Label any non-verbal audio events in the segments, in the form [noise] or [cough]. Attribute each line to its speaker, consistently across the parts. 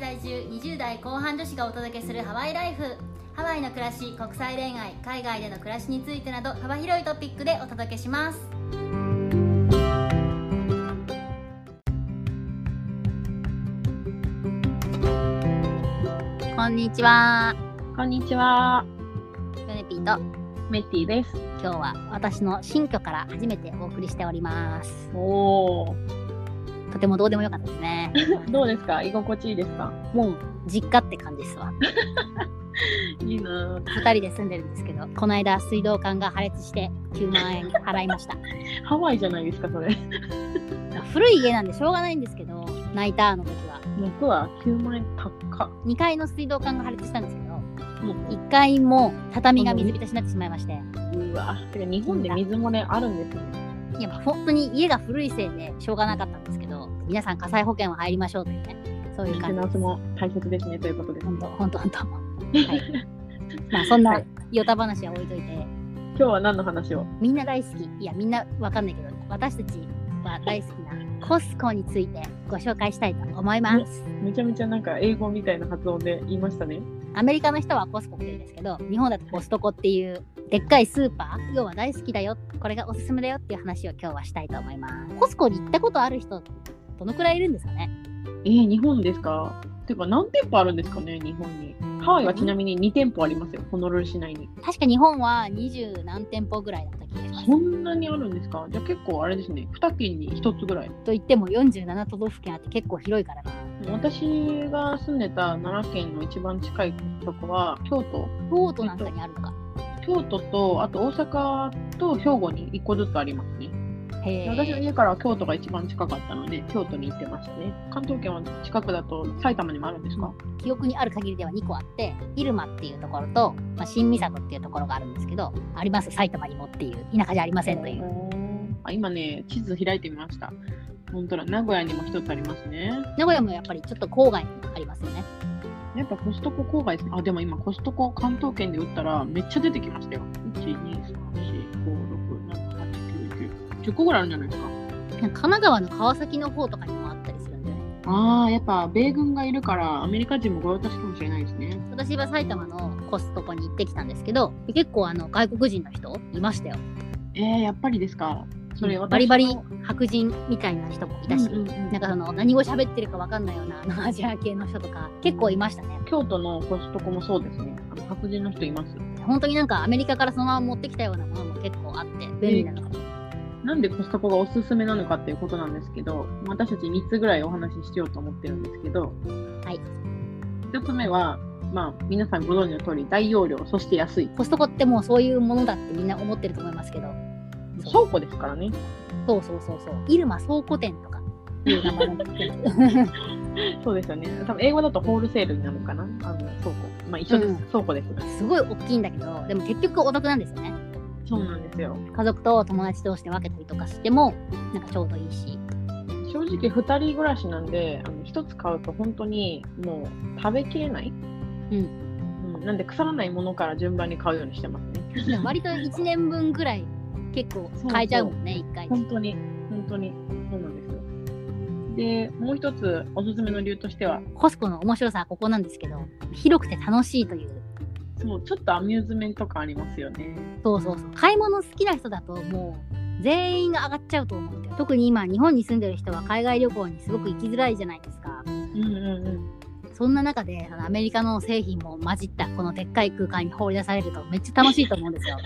Speaker 1: 20代後半女子がお届けするハワイライフハワイの暮らし国際恋愛海外での暮らしについてなど幅広いトピックでお届けしますこんにちは
Speaker 2: こんにちは、
Speaker 1: ヨネピーと
Speaker 2: メッティです。
Speaker 1: 今日は私の新居から初めてお送りしております
Speaker 2: おお、
Speaker 1: とてもどうでもよかったです [laughs] ね
Speaker 2: どうですか？居心地いいですか？
Speaker 1: もう実家って感じですわ
Speaker 2: いいな。
Speaker 1: 2人で住んでるんですけどこの間水道管が破裂して9万円払いました
Speaker 2: ハワイじゃないですかそれ。
Speaker 1: 古い家なんでしょうがないんですけどナイターの時は
Speaker 2: 僕は9万円高っ。
Speaker 1: 2階の水道管が破裂したんですけど
Speaker 2: も
Speaker 1: 1階も畳が水浸しになってしまいまして
Speaker 2: ううわ。てか日本で水漏れあるんですね。
Speaker 1: いやまあ本当に家が古いせいでしょうがなかったんですけど皆さん火災保険は入りましょうというねそう
Speaker 2: メ
Speaker 1: いう
Speaker 2: ンテ
Speaker 1: 感じ
Speaker 2: ナン
Speaker 1: で
Speaker 2: ス
Speaker 1: す
Speaker 2: も大切ですねということです。
Speaker 1: 本当本当本当はいまあそんな
Speaker 2: はい
Speaker 1: ヨタ話は置いといて
Speaker 2: 今日は何の話を？
Speaker 1: みんな大好きいやみんなわかんないけど私たちは大好きなコスコについてご紹介したいと思います
Speaker 2: めちゃめちゃなんか英語みたいな発音で言いましたね。
Speaker 1: アメリカの人はコスコって言うんですけど日本だとコストコっていうでっかいスーパー要は大好きだよこれがおすすめだよっていう話を今日はしたいと思いますコスコに行ったことある人どのくらいいるんですかね
Speaker 2: えー、日本ですか？ていうか何店舗あるんですかね日本に？ハワイはちなみに2店舗ありますよ。ホノルル市内に。
Speaker 1: 確か日本は20何店舗ぐらいだった気がします
Speaker 2: そんなにあるんですか？じゃあ結構あれですね。2県に1つぐらい。
Speaker 1: といっても47都道府県あって結構広いからな
Speaker 2: 私が住んでた奈良県の一番近いとこは京都
Speaker 1: 京都なんかにあるのか
Speaker 2: 京都とあと大阪と兵庫に1個ずつありますね
Speaker 1: へえ
Speaker 2: 私の家からは京都が一番近かったので京都に行ってましたね関東圏は近くだと埼玉にもあるんですか、
Speaker 1: 記憶にある限りでは2個あって入間っていうところと、まあ、新三郷っていうところがあるんですけどあります埼玉にもっていう田舎じゃありませんという
Speaker 2: あ今ね地図開いてみました本当だ名古屋にも1つありますね
Speaker 1: 名古屋もやっぱりちょっと郊外にありますよね
Speaker 2: やっぱコストコ郊外ですねあでも今コストコ関東圏で売ったらめっちゃ出てきましたよ12345678910個ぐらいあるんじゃないですか
Speaker 1: なんか神奈川の川崎の方とかにもあったりするんで、ね、
Speaker 2: ああ、やっぱ米軍がいるからアメリカ人も御用達かもしれないですね。
Speaker 1: 私は埼玉のコストコに行ってきたんですけど結構あの外国人の人いましたよ
Speaker 2: えー、やっぱりですか。それ、私の
Speaker 1: バリバリ白人みたいな人もいたし、
Speaker 2: うんうんうん
Speaker 1: なんかその何語喋ってるかわかんないようなあのアジア系の人とか結構いましたね
Speaker 2: 京都のコストコもそうですね。あの白人の人います。
Speaker 1: 本当になんかアメリカからそのまま持ってきたようなものも結構あって便利なのかも
Speaker 2: なんでコストコがおすすめなのかっていうことなんですけど、私たち3つぐらいお話ししようと思ってるんですけど、
Speaker 1: はい。
Speaker 2: 1つ目は、まあ、皆さんご存知の通り、大容量、そして安い。
Speaker 1: コストコってもうそういうものだってみんな思ってると思いますけどそう
Speaker 2: 倉庫ですからね。
Speaker 1: そうそうそうそう入間倉庫店とかいう名前の
Speaker 2: そうですよね。多分英語だとホールセールになるのかな。あの倉庫。まあ、一緒です。
Speaker 1: うん
Speaker 2: 倉庫で
Speaker 1: [laughs]
Speaker 2: す。
Speaker 1: すごい大きいんだけどでも結局お得なんですよね
Speaker 2: そうなんですよ。
Speaker 1: 家族と友達同士で分けたりとかしてもなんかちょうどいいし
Speaker 2: 正直2人暮らしなんであの1つ買うと本当にもう食べきれない、
Speaker 1: うん
Speaker 2: うんなんで腐らないものから順番に買うようにしてますね
Speaker 1: 割と1年分ぐらい結構買えちゃうもんね1回で
Speaker 2: 本当に本当にそうなんですよでもう一つおすすめの理由としては
Speaker 1: コスコの面白さはここなんですけど広くて楽しいという
Speaker 2: そうちょっとアミューズメント感ありますよね
Speaker 1: そうそうそう買い物好きな人だともう全員が上がっちゃうと思うんだよ特に今日本に住んでる人は海外旅行にすごく行きづらいじゃないですか
Speaker 2: うんうんうん
Speaker 1: そんな中であのアメリカの製品も混じったこのでっかい空間に放り出されるとめっちゃ楽しいと思うんです
Speaker 2: [laughs]
Speaker 1: よ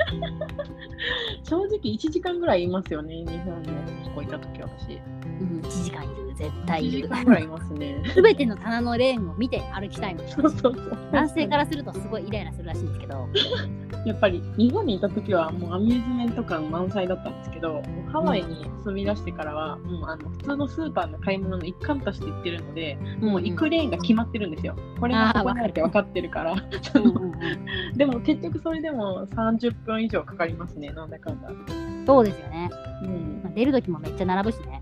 Speaker 2: 正直1時間ぐらいいますよね日本でここ行った時私
Speaker 1: うん1時間いる絶対
Speaker 2: 1
Speaker 1: い
Speaker 2: 時
Speaker 1: る
Speaker 2: 間ぐらいいます [laughs] ね
Speaker 1: [laughs] 全ての棚のレーンを見て歩きたいの
Speaker 2: そうそうそう
Speaker 1: 男性からするとすごいイライラするらしいんですけど
Speaker 2: やっぱり日本にいた時はもうアミューズメント感満載だったんですけどハワイに住み出してからはもうあの普通のスーパーの買い物の一環として行ってるのでもう行くレーンが決まってるんですよ。これがここにあるって分かってるから。
Speaker 1: うんうんうん
Speaker 2: でも結局それでも30分以上かかりますねなんだかんだ。
Speaker 1: そうですよね。
Speaker 2: うん
Speaker 1: まあ出る時もめっちゃ並ぶしね。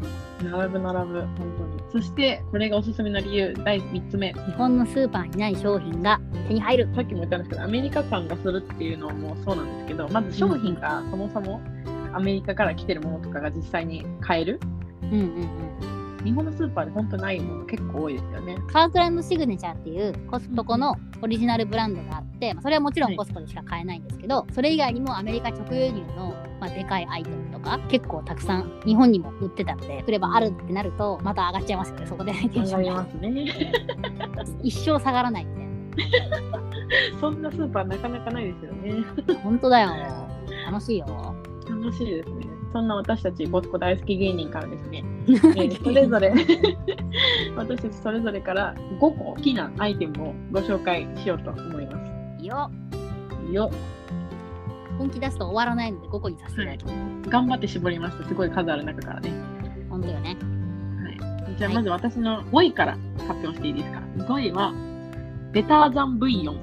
Speaker 2: 並ぶ並ぶ本当に。そしてこれがおすすめの理由第3つ目
Speaker 1: 日本のスーパーにない商品が手に入る。
Speaker 2: さっきも言ったんですけどアメリカ感がするっていうのもそうなんですけどまず商品がそもそもアメリカから来てるものとかが実際に買える。
Speaker 1: うんうんうん。
Speaker 2: 日本のスーパーで本当ないもの結構多いですよね。
Speaker 1: カークランドシグネチャーっていうコストコのオリジナルブランドがあって、まあそれはもちろんコストコでしか買えないんですけど、それ以外にもアメリカ直輸入の、まあ、でかいアイテムとか結構たくさん日本にも売ってたので来ればあるってなるとまた上がっちゃいますよねそこでテンションが
Speaker 2: すね。
Speaker 1: [laughs] 一生下がらないみたいな
Speaker 2: [laughs] そんなスーパーなかなかないですよね。
Speaker 1: 本当だよ楽しいよ
Speaker 2: 楽しいですね。そんな私たちごっこ大好き芸人からで
Speaker 1: [laughs]
Speaker 2: すね、えーそれぞれ [laughs] 私たちそれぞれから5個大きなアイテムをご紹介しようと思いま
Speaker 1: いいよ
Speaker 2: す。よ
Speaker 1: 本気出すと終わらないので5個にさせていただきます、
Speaker 2: 頑張って絞りました。すごい数ある中からね。
Speaker 1: 本当よね
Speaker 2: じゃあまず私の5位から発表していいですか。5位はベターザンブイヨン。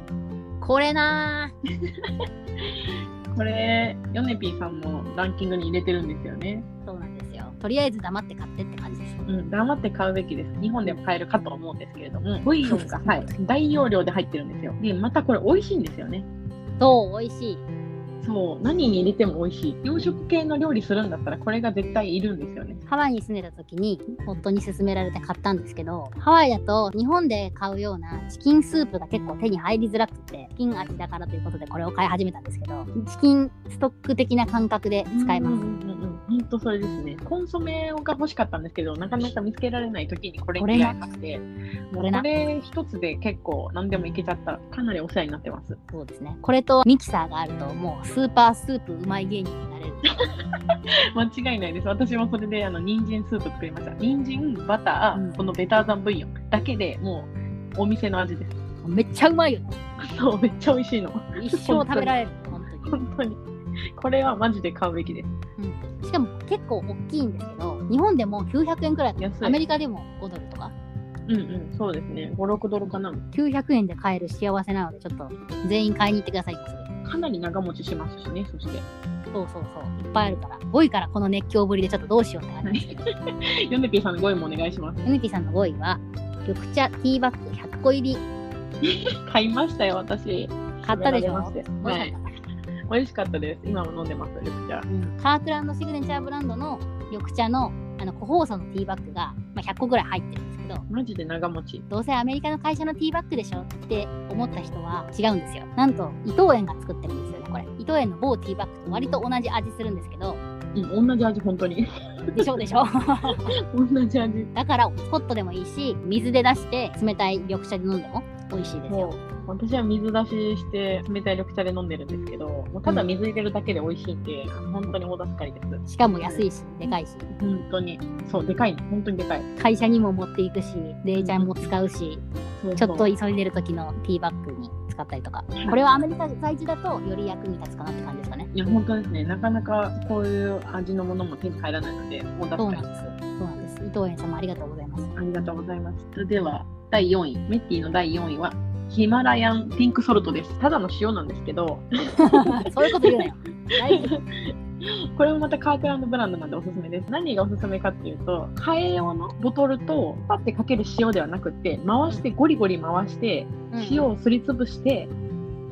Speaker 1: これなー
Speaker 2: これヨネピーさんもランキングに入れてるんですよね。
Speaker 1: そうなんですよとりあえず黙って買ってって感じです
Speaker 2: うん、黙って買うべきです。日本でも買えるかと思うんですけれども、ブイヨンが、はい、大容量で入ってるんですよ。で、またこれ美味しいんですよね。
Speaker 1: そう美味しい
Speaker 2: そう、何に入れても美味しい。洋食系の料理するんだったら、これが絶対いるんですよね。
Speaker 1: ハワイに住んでた時に夫に勧められて買ったんですけどハワイだと日本で買うようなチキンスープが結構手に入りづらくてチキン味だからということでこれを買い始めたんですけどチキンストック的な感覚で使えます、
Speaker 2: うんうんうん、本当それですね。コンソメが欲しかったんですけど、なかなか見つけられない時にこれに出会いまして、も
Speaker 1: これ
Speaker 2: うこ
Speaker 1: な
Speaker 2: れ一つで結構何でもいけちゃったら、かなりお世話になってます。
Speaker 1: そうですねこれとミキサーがあるともうスーパースープうまい芸人になれる
Speaker 2: 間違いないです。私もそれであの人参スープ作りました。人参、バター、
Speaker 1: うん
Speaker 2: このベターザンブイヨンだけでもうお店の味です。
Speaker 1: めっちゃうまいよね
Speaker 2: そう、めっちゃ美味しいの。
Speaker 1: 一生食べら
Speaker 2: [laughs]
Speaker 1: れる本当に
Speaker 2: 本当に。これはマジで買うべきです。
Speaker 1: しかも結構大きいんですけど日本でも900円くらい
Speaker 2: 安い。
Speaker 1: アメリカでも5ドルとか
Speaker 2: うんうん、そうですね。5、6ドルかな。
Speaker 1: 900円で買える幸せなのでちょっと全員買いに行ってくださいすぐ
Speaker 2: かなり長持ちしますしね、そして。
Speaker 1: そうそうそう、いっぱいあるから、5位からこの熱狂ぶりでちょっとどうしようって感じですけど、
Speaker 2: ヨネピーさんのご意もお願いします。
Speaker 1: ヨネピーさんの5位は、緑茶ティーバッグ100個入り、
Speaker 2: 買いましたよ、私。
Speaker 1: 買ったでしょ
Speaker 2: 食べられまし
Speaker 1: 美
Speaker 2: たよ
Speaker 1: 味し
Speaker 2: はい
Speaker 1: かった
Speaker 2: 美味しかったです。今も飲んでます、緑茶。
Speaker 1: うんカークランドシグネチャーブランドの緑茶のあの個包装のティーバッグが、まあ、100個ぐらい入ってるんですけど、
Speaker 2: マジで長持ち。
Speaker 1: どうせアメリカの会社のティーバッグでしょって思った人は違うんですよ。なんと、伊藤園が作ってるんですよね、これ。伊藤園の某ティーバッグと割と同じ味するんですけど、
Speaker 2: うん、同じ味、本当に。 [laughs]
Speaker 1: でしょでしょ
Speaker 2: 同じ味。
Speaker 1: [laughs] だから、ホットでもいいし、水で出して冷たい緑茶で飲んでも美味しいですよ
Speaker 2: も。う、私は水出しして、冷たい緑茶で飲んでるんですけど、もうただ水入れるだけで美味しいんで、本当に大助かりです。
Speaker 1: しかも安いし、でかいし、
Speaker 2: 本当に。そう、でかいの。本当にでかい。
Speaker 1: 会社にも持っていくし、レイちゃんも使うし、
Speaker 2: そう
Speaker 1: ちょっと
Speaker 2: そう
Speaker 1: 急いでる時のティーバッグに使ったりとか、これはアメリカ在住だとより役に立つかなって感じですかね。
Speaker 2: いや、本当ですね。なかなかこういう味のものも手に入らないので、大助
Speaker 1: そうなん
Speaker 2: かり。
Speaker 1: です。そうなんです。伊藤園様ありがとうございます。
Speaker 2: ありがとうございます。それでは、第4位。メッティの第4位は、ヒマラヤンピンクソルトです。ただの塩なんですけど、 [laughs]
Speaker 1: そういうこと言うなよ。大事
Speaker 2: これもまたカークランドブランドなんでおすすめです。何がおすすめかっていうと、替え用のボトルと、パッてかける塩ではなくって、回して、ゴリゴリ回して、塩
Speaker 1: うん
Speaker 2: をすりつぶして、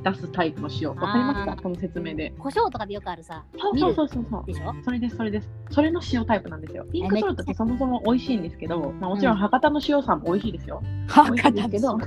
Speaker 2: 出すタイプの塩。わかります
Speaker 1: あ
Speaker 2: か
Speaker 1: ー
Speaker 2: この説明で。
Speaker 1: 胡椒とかでよくあるさ、
Speaker 2: そうそうそうそうそう。
Speaker 1: でしょ
Speaker 2: それです、それです。それの塩タイプなんですよ。ピンクソルトってそもそも美味しいんですけど、まあ、もちろん
Speaker 1: うん
Speaker 2: 博多の塩さんも美味しいですよ。
Speaker 1: 博
Speaker 2: 美味しいんですけど、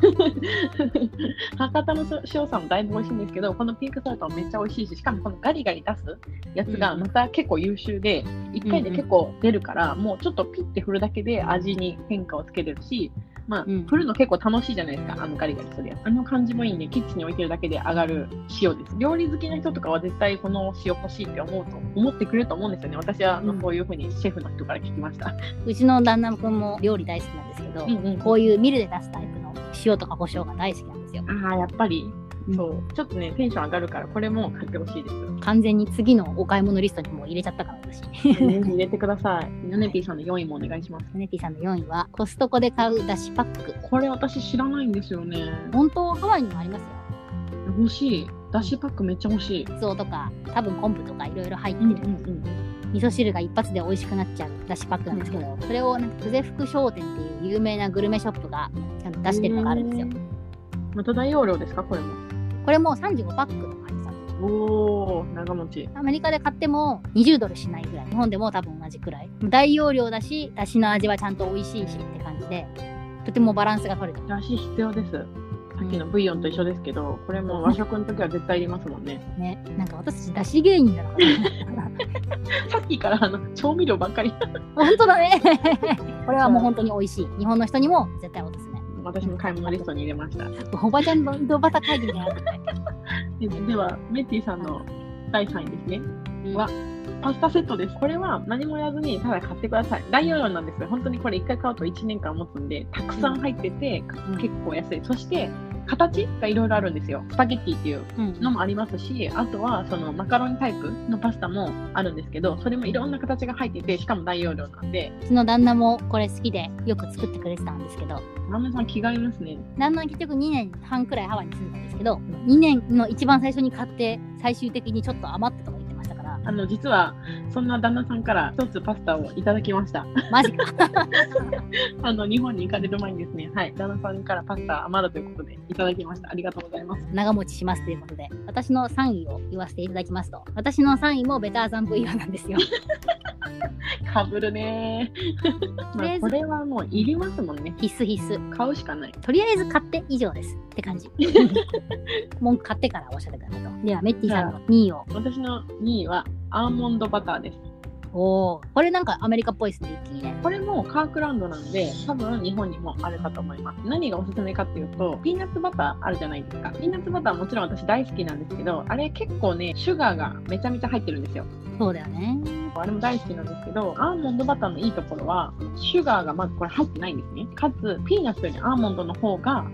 Speaker 2: [laughs] 博多の塩さんもだいぶ美味しいんですけど、このピンクソルトもめっちゃ美味しいし、しかもこのガリガリ出すやつが
Speaker 1: うん
Speaker 2: また結構優秀で、1回で結構出るから、もうちょっとピッて振るだけで味に変化をつけれるし、まあ、
Speaker 1: うん
Speaker 2: 振るの結構楽しいじゃないですか、あのガリガリするやつ。あの感じもいいんで、キッチンに置いてるだけで上がる塩です。料理好きな人とかは絶対この塩欲しいって思うと思ってくれると思うんですよね。私はあの
Speaker 1: うん
Speaker 2: そういうふうにシェフの人から聞きました。
Speaker 1: うちの旦那君も料理大好きなんですけど、
Speaker 2: うんうん
Speaker 1: こういうミルで出すタイプの塩とか胡椒が大好きなんですよ。
Speaker 2: ああ、やっぱり、
Speaker 1: うん
Speaker 2: そう、ちょっとね、テンション上がるから、これも買ってほしいです。
Speaker 1: 完全に次のお買い物リストにもう入れちゃったから私。
Speaker 2: 入れてください。ヨネピーさんの4位もお願いします。
Speaker 1: ヨネピーさんの4位はコストコで買うだしパック
Speaker 2: これ私知らないんですよね。
Speaker 1: 本当ハワイにもありますよ
Speaker 2: 欲しい。だしパックめっちゃ欲しい。
Speaker 1: カツオとか多分昆布とかいろいろ入って
Speaker 2: うん
Speaker 1: る、
Speaker 2: うんうん。
Speaker 1: 味噌汁が一発で美味しくなっちゃうだしパックなんですけど、それをなんか久世福商店っていう有名なグルメショップがちゃんと出してるのがあるんですよ
Speaker 2: へー。また大容量ですか、これも。
Speaker 1: これも35パックとか入ってた
Speaker 2: おー、長持ち。
Speaker 1: アメリカで買っても20ドルしないぐらい日本でも多分同じくらい大容量だしだしの味はちゃんと美味しいしって感じでとてもバランスが取れてる
Speaker 2: だし必要です。さっきのブイヨンと一緒ですけど、これも和食の時は絶対いりますもんね。 [laughs]
Speaker 1: ねなんか私たちだし芸人だから [laughs]
Speaker 2: さっきからあの調味料ばっかり。
Speaker 1: 本当だねこれはもう本当に美味しい日本の人にも絶対おすすめ
Speaker 2: 私も買い物リストに入れました。
Speaker 1: おばちゃんの井戸端会議じゃなくて
Speaker 2: ででは、メッティさんの第3位ですね。はパスタセットです。これは何もやずにただ買ってください。大容量なんですよ。本当にこれ1回買うと1年間持つんで、たくさん入ってて、
Speaker 1: うん
Speaker 2: 結構安い。そして、形がいろいろあるんですよ。スパゲッティっていう
Speaker 1: うん
Speaker 2: のもありますし、あとはそのマカロニタイプのパスタもあるんですけど、それもいろんな形が入ってて、しかも大容量なんで、
Speaker 1: うちの旦那もこれ好きでよく作ってくれてたんですけど
Speaker 2: ラーメンさん気が合いますね。
Speaker 1: 旦那は結局2年半くらいハワイに住んだんですけど2年の一番最初に買って最終的にちょっと余ったとか言ってましたから
Speaker 2: あの、実は、そんな旦那さんから一つパスタをいただきました。 [laughs]
Speaker 1: マジ [laughs] か
Speaker 2: あの、日本に行かれる前にですね、はい、旦那さんからパスタ余るということでいただきました。ありがとうございます。
Speaker 1: 長持ちしますということで私の3位を言わせていただきますと私の3位もベターザン V ワなん [laughs] ですよ
Speaker 2: かぶるねー
Speaker 1: とりあ
Speaker 2: ま
Speaker 1: え
Speaker 2: あ
Speaker 1: ず
Speaker 2: これはもういりますもんね。
Speaker 1: 必須必須
Speaker 2: 買うしかない。
Speaker 1: とりあえず買って以上ですって感 [laughs] じ文句買ってからおっしゃってくださいとではメッティさんの2位を
Speaker 2: 私の2位はアーモンドバターです。
Speaker 1: おーこれなんかアメリカっぽいですね一気にね
Speaker 2: これもカークランドなんで、多分日本にもあるかと思います。何がおすすめかっていうと、ピーナッツバターあるじゃないですか。ピーナッツバターもちろん私大好きなんですけど、あれ結構ね、シュガーがめちゃめちゃ入ってるんですよ。
Speaker 1: そうだよね
Speaker 2: あれも大好きなんですけど、アーモンドバターのいいところは、シュガーがまずこれ入ってないんですね。かつ、ピーナッツよりアーモンドの方が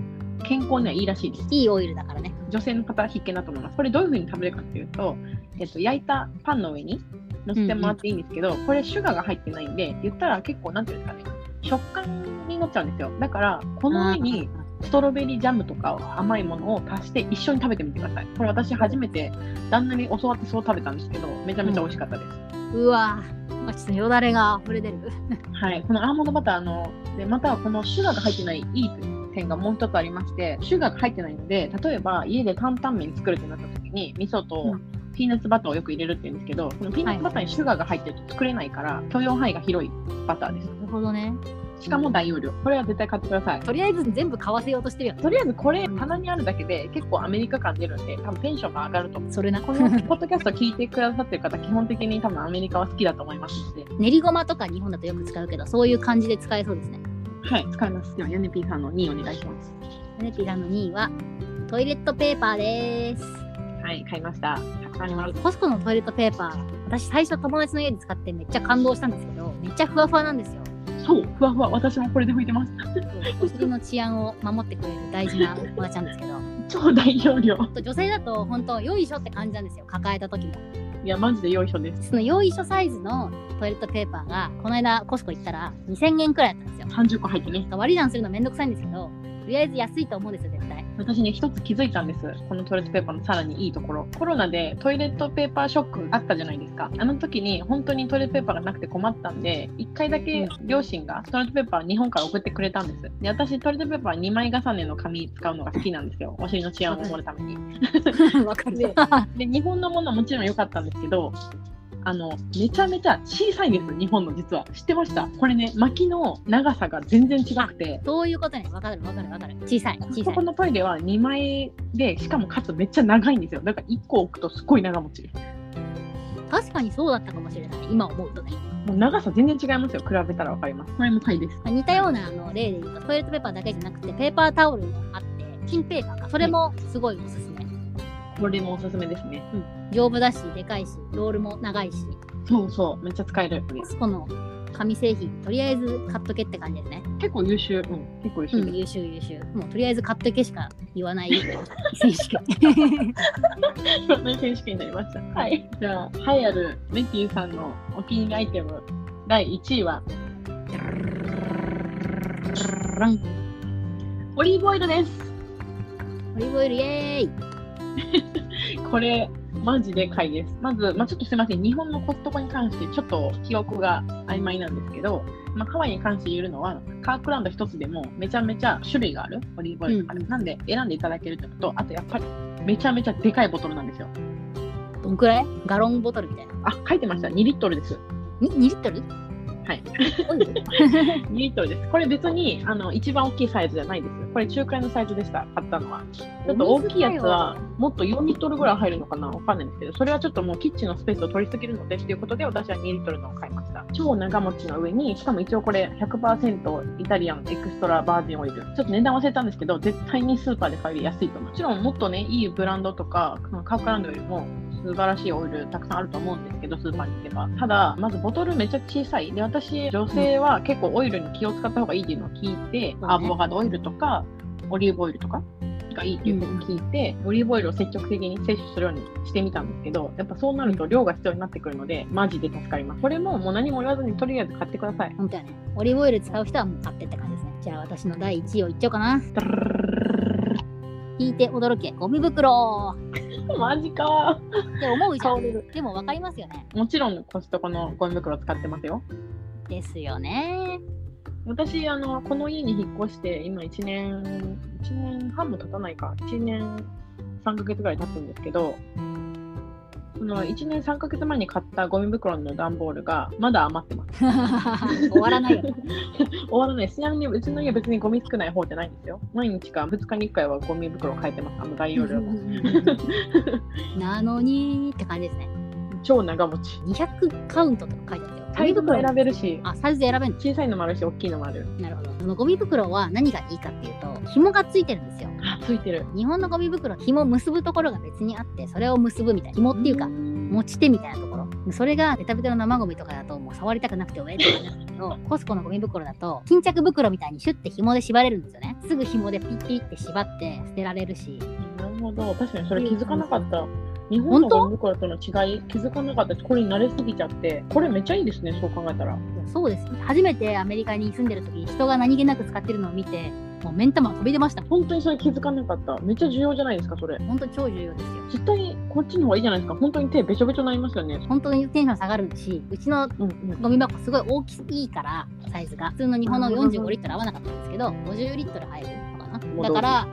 Speaker 2: 健康にはいいらしいです。
Speaker 1: いいオイルだからね
Speaker 2: 女性の方は必見だと思います。これどういう風に食べるかっていうと、えっと、焼いたパンの上に乗せてもらっていいんですけど、これシュガーが入ってないんで、言ったら結構なんていうんですかね、食感になっちゃうんですよ。だから、この上にストロベリージャムとか甘いものを足して一緒に食べてみてください。これ私初めて旦那に教わってそう食べたんですけど、めちゃめちゃ美味しかったです。
Speaker 1: うわーまあちょっとよだれが溢れ出る
Speaker 2: はい、このアーモンドバターのでまたはこのシュガーが入ってないいい点がもう一つありましてシュガーが入ってないので例えば家で担々麺作るってなった時に味噌
Speaker 1: う
Speaker 2: とピーナッツバターをよく入れるって言うんですけどこのピーナッツバターにシュガーが入ってると作れないから許容範囲が広いバターです
Speaker 1: なるほどね
Speaker 2: しかも大容量これは絶対買ってください
Speaker 1: とりあえず全部買わせようとしてるよね
Speaker 2: とりあえずこれ棚にあるだけで結構アメリカ感出るんで多分テンションが上がると思う
Speaker 1: それな
Speaker 2: [laughs] このポッドキャスト聞いてくださってる方基本的に多分アメリカは好きだと思いますので
Speaker 1: 練りごまとか日本だとよく使うけどそういう感じで使えそうですね
Speaker 2: はい使いますではヨネピーさんの2位お願いします
Speaker 1: ヨネピラの2位はトイレットペーパーです
Speaker 2: はい買いましたたくさんあります
Speaker 1: コスコのトイレットペーパー私最初友達の家で使ってめっちゃ感動したんですけどめっちゃふわふわなんですよ
Speaker 2: そう、ふわふわ、私もこれで拭いてます。
Speaker 1: お尻の治安を守ってくれる大事な友達なんですけど
Speaker 2: 超大容量。
Speaker 1: あと女性だと本当よいしょって感じなんですよ抱えた時も
Speaker 2: いや、マジでよいしょです。
Speaker 1: そのよいしょサイズのトイレットペーパーがこの間コスコ行ったら2000円くらいだったんですよ
Speaker 2: 30個入ってね。
Speaker 1: 割り算するのめんどくさいんですけどとりあえず安いと思うんですよ絶対
Speaker 2: 私ね、一つ気づいたんです。このトイレットペーパーのさらにいいところ。コロナでトイレットペーパーショックあったじゃないですか。あの時に本当にトイレットペーパーがなくて困ったんで、一回だけ両親がトイレットペーパーを日本から送ってくれたんです。で、私トイレットペーパー2枚重ねの紙使うのが好きなんですよ。お尻の治安を守るため
Speaker 1: [laughs]
Speaker 2: に。
Speaker 1: わか
Speaker 2: るで日本のものはもちろん良かったんですけどあのめちゃめちゃ小さいんです日本の実は知ってましたこれね薪の長さが全然違くて
Speaker 1: [laughs] そういうことねわかるわかるわかる小さい小
Speaker 2: そ
Speaker 1: さい
Speaker 2: このトイレは2枚でしかもかつめっちゃ長いんですよだから1個置くとすごい長持ちです
Speaker 1: 確かにそうだったかもしれない今思うとね
Speaker 2: もう長さ全然違いますよ比べたら分かりますこれもタイです
Speaker 1: まあ似たようなあの例で言うとトイレットペーパーだけじゃなくてペーパータオルもあって金ペーパーかそれもすごいおすすめ
Speaker 2: これもおすすめですね
Speaker 1: 丈夫だしでかいしロールも長いし
Speaker 2: そうそうめっちゃ使える
Speaker 1: コスコの紙製品とりあえず買っとけって感じですね、
Speaker 2: 結構優秀うん結構優秀
Speaker 1: う
Speaker 2: です、
Speaker 1: ん、優秀優秀もうとりあえず買っとけしか言わない選手権
Speaker 2: そんな選手権になりました。はい。じゃあ、栄えあるメッティさんのお気に入りアイテム、第1位は、オリーブオイルです。
Speaker 1: オリーブオイルイエーイ
Speaker 2: これ、マジで買いです。まず、まあ、ちょっとすみません、日本のコストコに関してちょっと記憶が曖昧なんですけど、まあ、ハワイに関して言えるのは、カークランド一つでもめちゃめちゃ種類がある、オリーブオイルがある。なんで、選んでいただけるというのと、あとやっぱり、めちゃめちゃでかいボトルなんですよ。
Speaker 1: どんくらいガロンボトルみたいな。
Speaker 2: あ、書いてました。2リットルです。
Speaker 1: に2リットル
Speaker 2: はい。
Speaker 1: 多いよね
Speaker 2: 2リットルです。これ別に、あの、一番大きいサイズじゃないですよ。これ中くらいのサイズでした、買ったのは。ちょっと大きいやつは、もっと4リットルぐらい入るのかなわかんないんですけど、それはちょっともうキッチンのスペースを取りすぎるので、ということで私は2リットルのを買いました。超長持ちの上に、しかも一応これ100%イタリアンエクストラバージンオイル。ちょっと値段忘れたんですけど、絶対にスーパーで買うより安いと思う。もちろんもっとね、いいブランドとか、そのカークランドよりも、素晴らしいオイルたくさんあると思うんですけどスーパーに行けばただまずボトルめっちゃ小さいで私女性は結構オイルに気を使った方がいいっていうのを聞いて、
Speaker 1: うん
Speaker 2: アボカドオイルとかオリーブオイルとかがいいっていうふうに聞いて、オリーブオイルを積極的に摂取するようにしてみたんですけどやっぱそうなると量が必要になってくるのでマジで助かりますこれももう何も言わずにとりあえず買ってください
Speaker 1: 本当やね。オリーブオイル使う人はもう買ってって感じですね。じゃあ私の第1位をいっちゃおうかな。引いて驚け、ゴミ袋
Speaker 2: マジか
Speaker 1: って思うじゃ
Speaker 2: 香り
Speaker 1: ん。でも分かりますよね。
Speaker 2: もちろんコストコのゴミ袋使ってますよ
Speaker 1: ですよね。
Speaker 2: 私あのこの家に引っ越して今1年1年半も経たないか1年3ヶ月ぐらい経つんですけどその1年3ヶ月前に買ったゴミ袋の段ボールがまだ余ってます
Speaker 1: 終わらないよね。 [laughs]
Speaker 2: 終わらないですちなみにうちの家別にゴミ少ない方じゃないんですよ毎日か2日に1回はゴミ袋変えてますあの大容量の
Speaker 1: なのにって感じですね。
Speaker 2: 超長持ち
Speaker 1: 200カウントとか書いてあるよ。
Speaker 2: サイズも
Speaker 1: ゴミ袋
Speaker 2: 選べるし
Speaker 1: あ、サイズ選べる
Speaker 2: 小さいのもあるし大きいのもある
Speaker 1: なるほど。このゴミ袋は何がいいかっていうと、紐がついてるんですよ。
Speaker 2: あついてる
Speaker 1: 日本のゴミ袋、紐結ぶところが別にあって、それを結ぶみたいな。紐っていうか、持ち手みたいなところ。それがベタベタの生ゴミとかだと、もう触りたくなくておえって感じなんですけど、コスコのゴミ袋だと、巾着袋みたいにシュッて紐で縛れるんですよね。すぐ紐でピッピッて縛って捨てられるし、
Speaker 2: なるほど、確かにそれ気づかなかった。日本のゴミ袋との違い気づかなかったしこれに慣れすぎちゃって、これめっちゃいいですね、そう考えたら。
Speaker 1: いやそうですね初めてアメリカに住んでる時人が何気なく使ってるのを見てもう目ん玉が飛び出ました
Speaker 2: 本当にそれ気づかなかった。めっちゃ重要じゃないですか、それ。
Speaker 1: 本当に超重要ですよ
Speaker 2: 絶対こっちの方がいいじゃないですか。本当に手べちょべちょになりますよね。
Speaker 1: 本当にテンション下がるしうちの
Speaker 2: うんうん。
Speaker 1: ゴミ箱すごい大きいからサイズが普通の日本の45リットル合わなかったんですけど50リットル入るのかなだから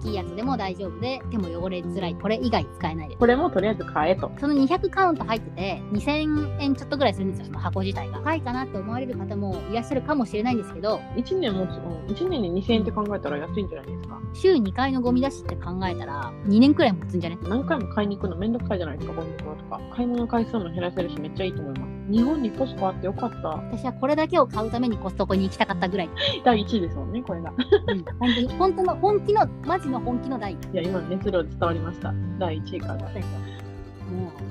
Speaker 1: 大きいやつでも大丈夫で手も汚れづらいこれ以外使えないです
Speaker 2: これもとりあえず買えと。
Speaker 1: その200カウント入ってて2000円ちょっとぐらいするんですよその箱自体が高いかなって思われる方もいらっしゃるかもしれないんですけど
Speaker 2: 1年もつ、うん、1年に2000円って考えたら安いんじゃないですか。
Speaker 1: 週2回のゴミ出しって考えたら2年くらい持つんじゃね
Speaker 2: 何回も買いに行くのめんどくさいじゃないですか、ゴミ袋とか。買い物回数も減らせるし、めっちゃいいと思います。日本にコスコあってよかった。
Speaker 1: 私はこれだけを買うためにコストコに行きたかったぐらい、
Speaker 2: 第1位ですもんね、これが。
Speaker 1: うん、本当に本当の本気のマジの本気の第一
Speaker 2: いや、今熱量伝わりました。第1位から。
Speaker 1: も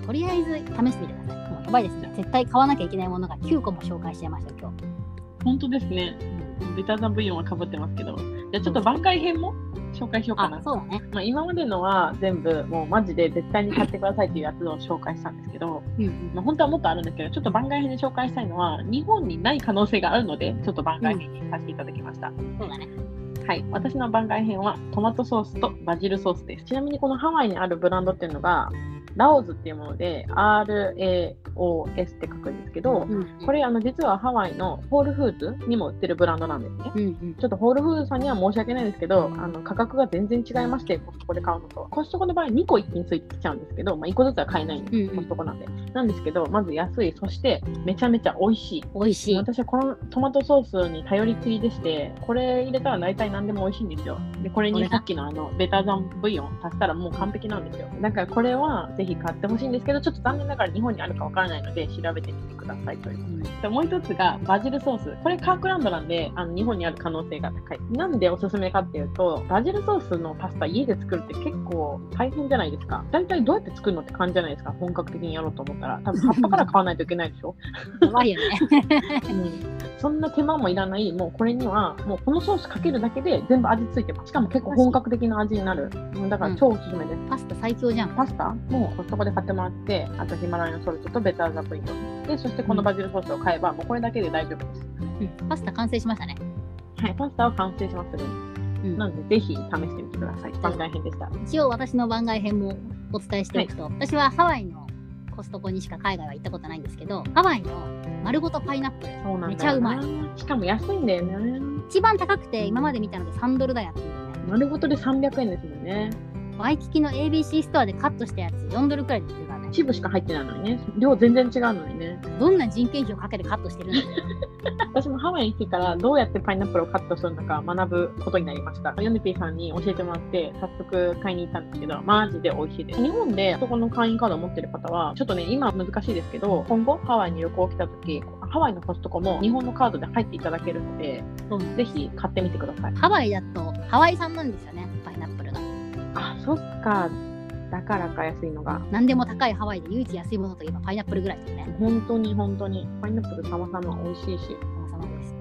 Speaker 1: うとりあえず試してみてくださいもうやばいですね絶対買わなきゃいけないものが9個も紹介しちゃいました今日
Speaker 2: 本当ですね。ベタな部分はかぶってますけど、じゃあちょっと挽回編も紹介しようかな
Speaker 1: あ。そうだね
Speaker 2: まあ、今までのは全部、もうマジで絶対に買ってくださいっていうやつを紹介したんですけど、
Speaker 1: うん
Speaker 2: まあ、本当はもっとあるんですけど、ちょっと番外編で紹介したいのは、日本にない可能性があるので、ちょっと番外編にさせていただきました。
Speaker 1: うんそうだね
Speaker 2: はい、私の番外編はトマトソースとバジルソースです。ちなみにこのハワイにあるブランドっていうのが、ラオズっていうもので、RAOS って書くんですけど、
Speaker 1: うん
Speaker 2: これあの実はハワイのホールフーズにも売ってるブランドなんですね。
Speaker 1: うんうん
Speaker 2: ちょっとホールフーズさんには申し訳ないですけど、あの価格が全然違いまして、コストコで買うのと。コストコの場合、2個一気についてきちゃうんですけど、まあ、1個ずつは買えないんです、
Speaker 1: うんうん
Speaker 2: コストコなんで。なんですけど、まず安い、そしてめちゃめちゃ美味しい。
Speaker 1: 美味 [laughs] しい
Speaker 2: 私はこのトマトソースに頼りきりでして、これ入れたら大体何でも美味しいんですよ。で、これ
Speaker 1: こ
Speaker 2: に
Speaker 1: れ
Speaker 2: さ
Speaker 1: だ
Speaker 2: っきのあのベターザンブイヨン足したらもう完璧なんですよ。だからこれはぜひ買ってほしいんですけど、ちょっと残念ながら日本にあるかわからないので、調べてみてくださいという
Speaker 1: うん
Speaker 2: でもう一つがバジルソース。これカークランドなんで、あの日本にある可能性が高い。なんでおすすめかっていうと、バジルソースのパスタ家で作るって結構大変じゃないですか。大体どうやって作るのって感じじゃないですか。本格的にやろうと思ったら。多分葉っぱから買わないといけないでしょ。
Speaker 1: やばいよね
Speaker 2: そんな手間もいらない。もうこれには、もうこのソースかけるだけで全部味ついてます。しかも結構本格的な味になる。うんだから超おすすめです。
Speaker 1: パスタ最強じゃん
Speaker 2: パスタもコストコで買ってもらって、あとヒマラヤのソルトとベターザプリント。で、そしてこのバジルソースを買えば、もうこれだけで大丈夫です。
Speaker 1: うんパスタ完成しましたね
Speaker 2: はい、パスタは完成しますので、
Speaker 1: うん
Speaker 2: なのでぜひ試してみてください。番外編でした。
Speaker 1: 一応私の番外編もお伝えしておくと、私はハワイのコストコにしか海外は行ったことないんですけどハワイの丸ごとパイナップル
Speaker 2: そうなんだよな
Speaker 1: めちゃうま
Speaker 2: しかも安いんだよね。
Speaker 1: 一番高くて今まで見たので3ドル台あったんだよね
Speaker 2: 丸ごとで300円ですもんね。
Speaker 1: ワイキキの ABC ストアでカットしたやつ4ドルくらいで売ってるからね
Speaker 2: 一部しか入ってないのにね量全然違うのにね
Speaker 1: どんな人件費をかけてカットしてるんだろう
Speaker 2: 私もハワイに来てからどうやってパイナップルをカットするのか学ぶことになりましたヨネピーさんに教えてもらって早速買いに行ったんですけどマジで美味しいです日本でそこの会員カードを持ってる方はちょっとね今難しいですけど今後ハワイに旅行来た時ハワイのコストコも日本のカードで入っていただけるので、
Speaker 1: うん
Speaker 2: ぜひ買ってみてください
Speaker 1: ハワイだとハワイ産なんですよねパイナップルが
Speaker 2: あそっかだからか安いのが
Speaker 1: 何でも高いハワイで唯一安いものといえばパイナップルぐらいですね
Speaker 2: 本当に本当にパイナップル様々美味しいし
Speaker 1: 王様です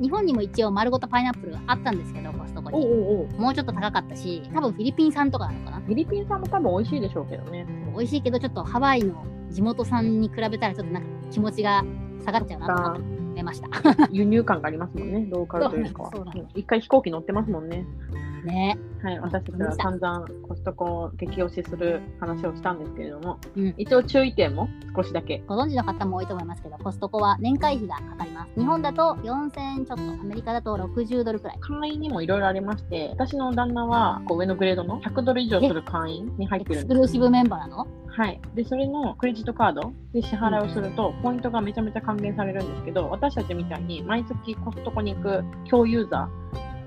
Speaker 1: 日本にも一応丸ごとパイナップルがあったんですけどコストコに
Speaker 2: おお
Speaker 1: もうちょっと高かったし多分フィリピン産とかなのかな
Speaker 2: フィリピン産も多分美味しいでしょうけどね
Speaker 1: 美味しいけどちょっとハワイの地元産に比べたらちょっとなんか気持ちが下がっちゃうなと思いました
Speaker 2: 輸入感がありますもんねローカルというか
Speaker 1: そうなんですそうなんで
Speaker 2: 一回飛行機乗ってますもんね
Speaker 1: ね
Speaker 2: はい私たちは散々コストコを激推しする話をしたんですけれども、
Speaker 1: うん
Speaker 2: 一応注意点も少しだけ
Speaker 1: ご存知の方も多いと思いますけどコストコは年会費がかかります日本だと4000円ちょっとアメリカだと60ドルくらい
Speaker 2: 会員にもいろいろありまして私の旦那はこう上のグレードの100ドル以上する会員に入っ
Speaker 1: エ
Speaker 2: て
Speaker 1: ク
Speaker 2: る
Speaker 1: ス
Speaker 2: ん
Speaker 1: ク
Speaker 2: で
Speaker 1: ルー
Speaker 2: す
Speaker 1: シブメンバーなの
Speaker 2: はい、でそれのクレジットカードで支払いをすると、ポイントがめちゃめちゃ還元されるんですけど私たちみたいに毎月コストコに行く共ユーザ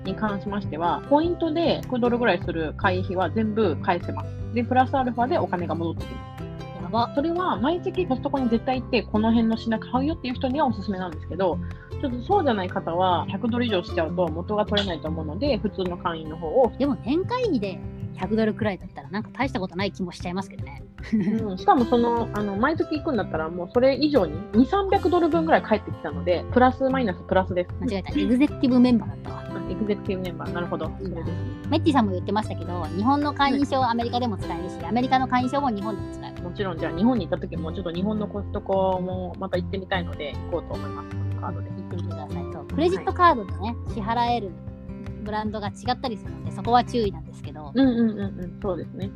Speaker 2: ーに関しましてはポイントで100ドルぐらいする会費は全部返せますでプラスアルファでお金が戻ってきます
Speaker 1: やば
Speaker 2: それは毎月コストコに絶対行ってこの辺の品買うよっていう人にはおすすめなんですけどちょっとそうじゃない方は100ドル以上しちゃうと元が取れないと思うので普通の会員の方を
Speaker 1: でも年会費で100ドルくらいだったらなんか大したことない気もしちゃいますけどね
Speaker 2: うん、しかもそのあの毎月行くんだったらもうそれ以上に2300ドル分ぐらい返ってきたのでプラスマイナスプラスです
Speaker 1: 間違えたエグゼクティブメンバーだったわ
Speaker 2: エグゼクティブメンバーなるほど
Speaker 1: いい
Speaker 2: そ
Speaker 1: な
Speaker 2: れです
Speaker 1: メッティさんも言ってましたけど日本の会員証はアメリカでも使えるしアメリカの会員証も日本でも使える
Speaker 2: もちろんじゃあ日本に行った時もちょっと日本のコストコもまた行ってみたいので行こうと思いますカードで
Speaker 1: 言ってみてくださいとクレジットカードとね支払えるブランドが違ったりするのでそこは注意なんですけど
Speaker 2: うんうんうんうんそうですね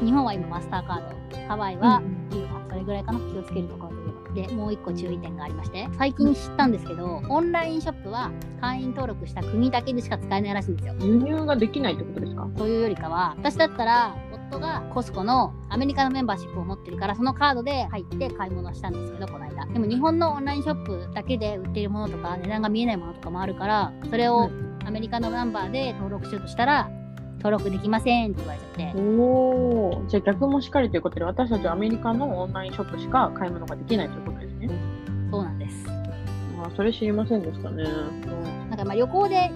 Speaker 1: 日本は今マスターカードハワイはユーそれぐらいかな気をつけるところといえばでもう一個注意点がありまして最近知ったんですけどオンラインショップは会員登録した国だけでしか使えないらしいんですよ
Speaker 2: 輸入ができないってことですか
Speaker 1: というよりかは私だったら夫がコスコのアメリカのメンバーシップを持ってるからそのカードで入って買い物したんですけどこの間でも日本のオンラインショップだけで売ってるものとか値段が見えないものとかもあるからそれ
Speaker 2: う
Speaker 1: をアメリカのナンバーで登録しようとしたら登録できませんって言われちゃって
Speaker 2: おおーじゃあ逆もしっかりということで私たちはアメリカのオンラインショップしか買い物ができないということですね
Speaker 1: そうなんです
Speaker 2: あーそれ知りませんでしたね
Speaker 1: なんかまあ旅行で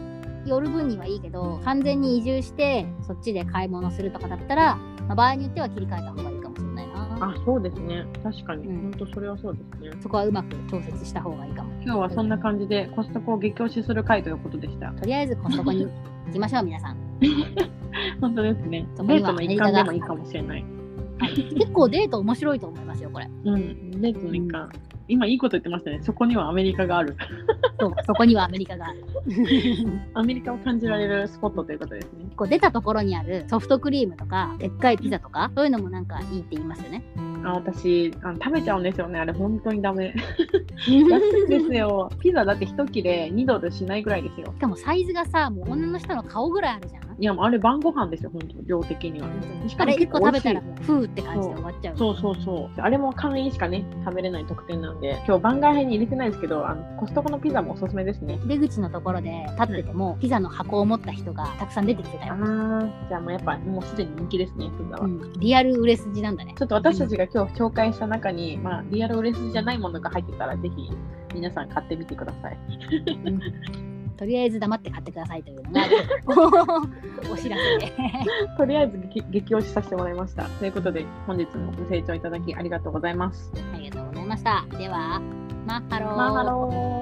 Speaker 1: 寄る分にはいいけど完全に移住してそっちで買い物するとかだったら、まあ場合によっては切り替えた方がいいかもしれないな
Speaker 2: あそうですね確かに、
Speaker 1: うん
Speaker 2: 本当それはそうですね
Speaker 1: そこはうまく調節した方がいいかも
Speaker 2: 今日はそんな感じでコストコを激推しする回ということでした。
Speaker 1: とりあえずコストコに行きましょう皆さん
Speaker 2: 本当ですね。デ
Speaker 1: そこに
Speaker 2: ー
Speaker 1: は
Speaker 2: トの一環でもいいかもしれない。
Speaker 1: 結構デート面白いと思いますよこれ
Speaker 2: うん、デートの一環。今いいこと言ってましたね。そこにはアメリカがある。
Speaker 1: そうそこにはアメリカがある
Speaker 2: アメリカを感じられるスポットということですね。
Speaker 1: こう出たところにあるソフトクリームとかでっかいピザとかそういうのもなんかいいって言いますよね
Speaker 2: あ、私あの食べちゃうんですよね。あれ本当に
Speaker 1: [laughs]
Speaker 2: ダメ。安いですよ。ピザだって一切れ2ドルしないぐらいですよ。
Speaker 1: しかもサイズがさもう女の人の顔ぐらいあるじゃん
Speaker 2: いや、もうあれ晩ご飯ですよ。本当量的には。しか
Speaker 1: あ
Speaker 2: も
Speaker 1: れ
Speaker 2: 結
Speaker 1: 1
Speaker 2: 構
Speaker 1: 個食べ
Speaker 2: 美味しい
Speaker 1: たらもうふーって感じで終わっちゃう
Speaker 2: そうそうそう。あれも会員しかね、食べれない特典なんで、今日番外編に入れてないですけど、あのコストコのピザもおすすめですね。
Speaker 1: 出口のところで立っててもピザの箱を持った人がたくさん出てきてた
Speaker 2: あ
Speaker 1: よ、
Speaker 2: ーじゃあもうやっぱもうすでに人気ですね、ピザは。
Speaker 1: うん、リアル売れ筋なんだね
Speaker 2: ちょっと私たちが今日紹介した中に、まあ、リアル売れ筋じゃないものが入ってたら、ぜひ皆さん買ってみてください。
Speaker 1: とりあえず黙って買ってくださいというの
Speaker 2: [laughs]
Speaker 1: がお知らせで
Speaker 2: とりあえず激激推しさせてもらいました。ということで、本日もご清聴いただきありがとうございます。
Speaker 1: ありがとうございましたではマッハロー
Speaker 2: マハロー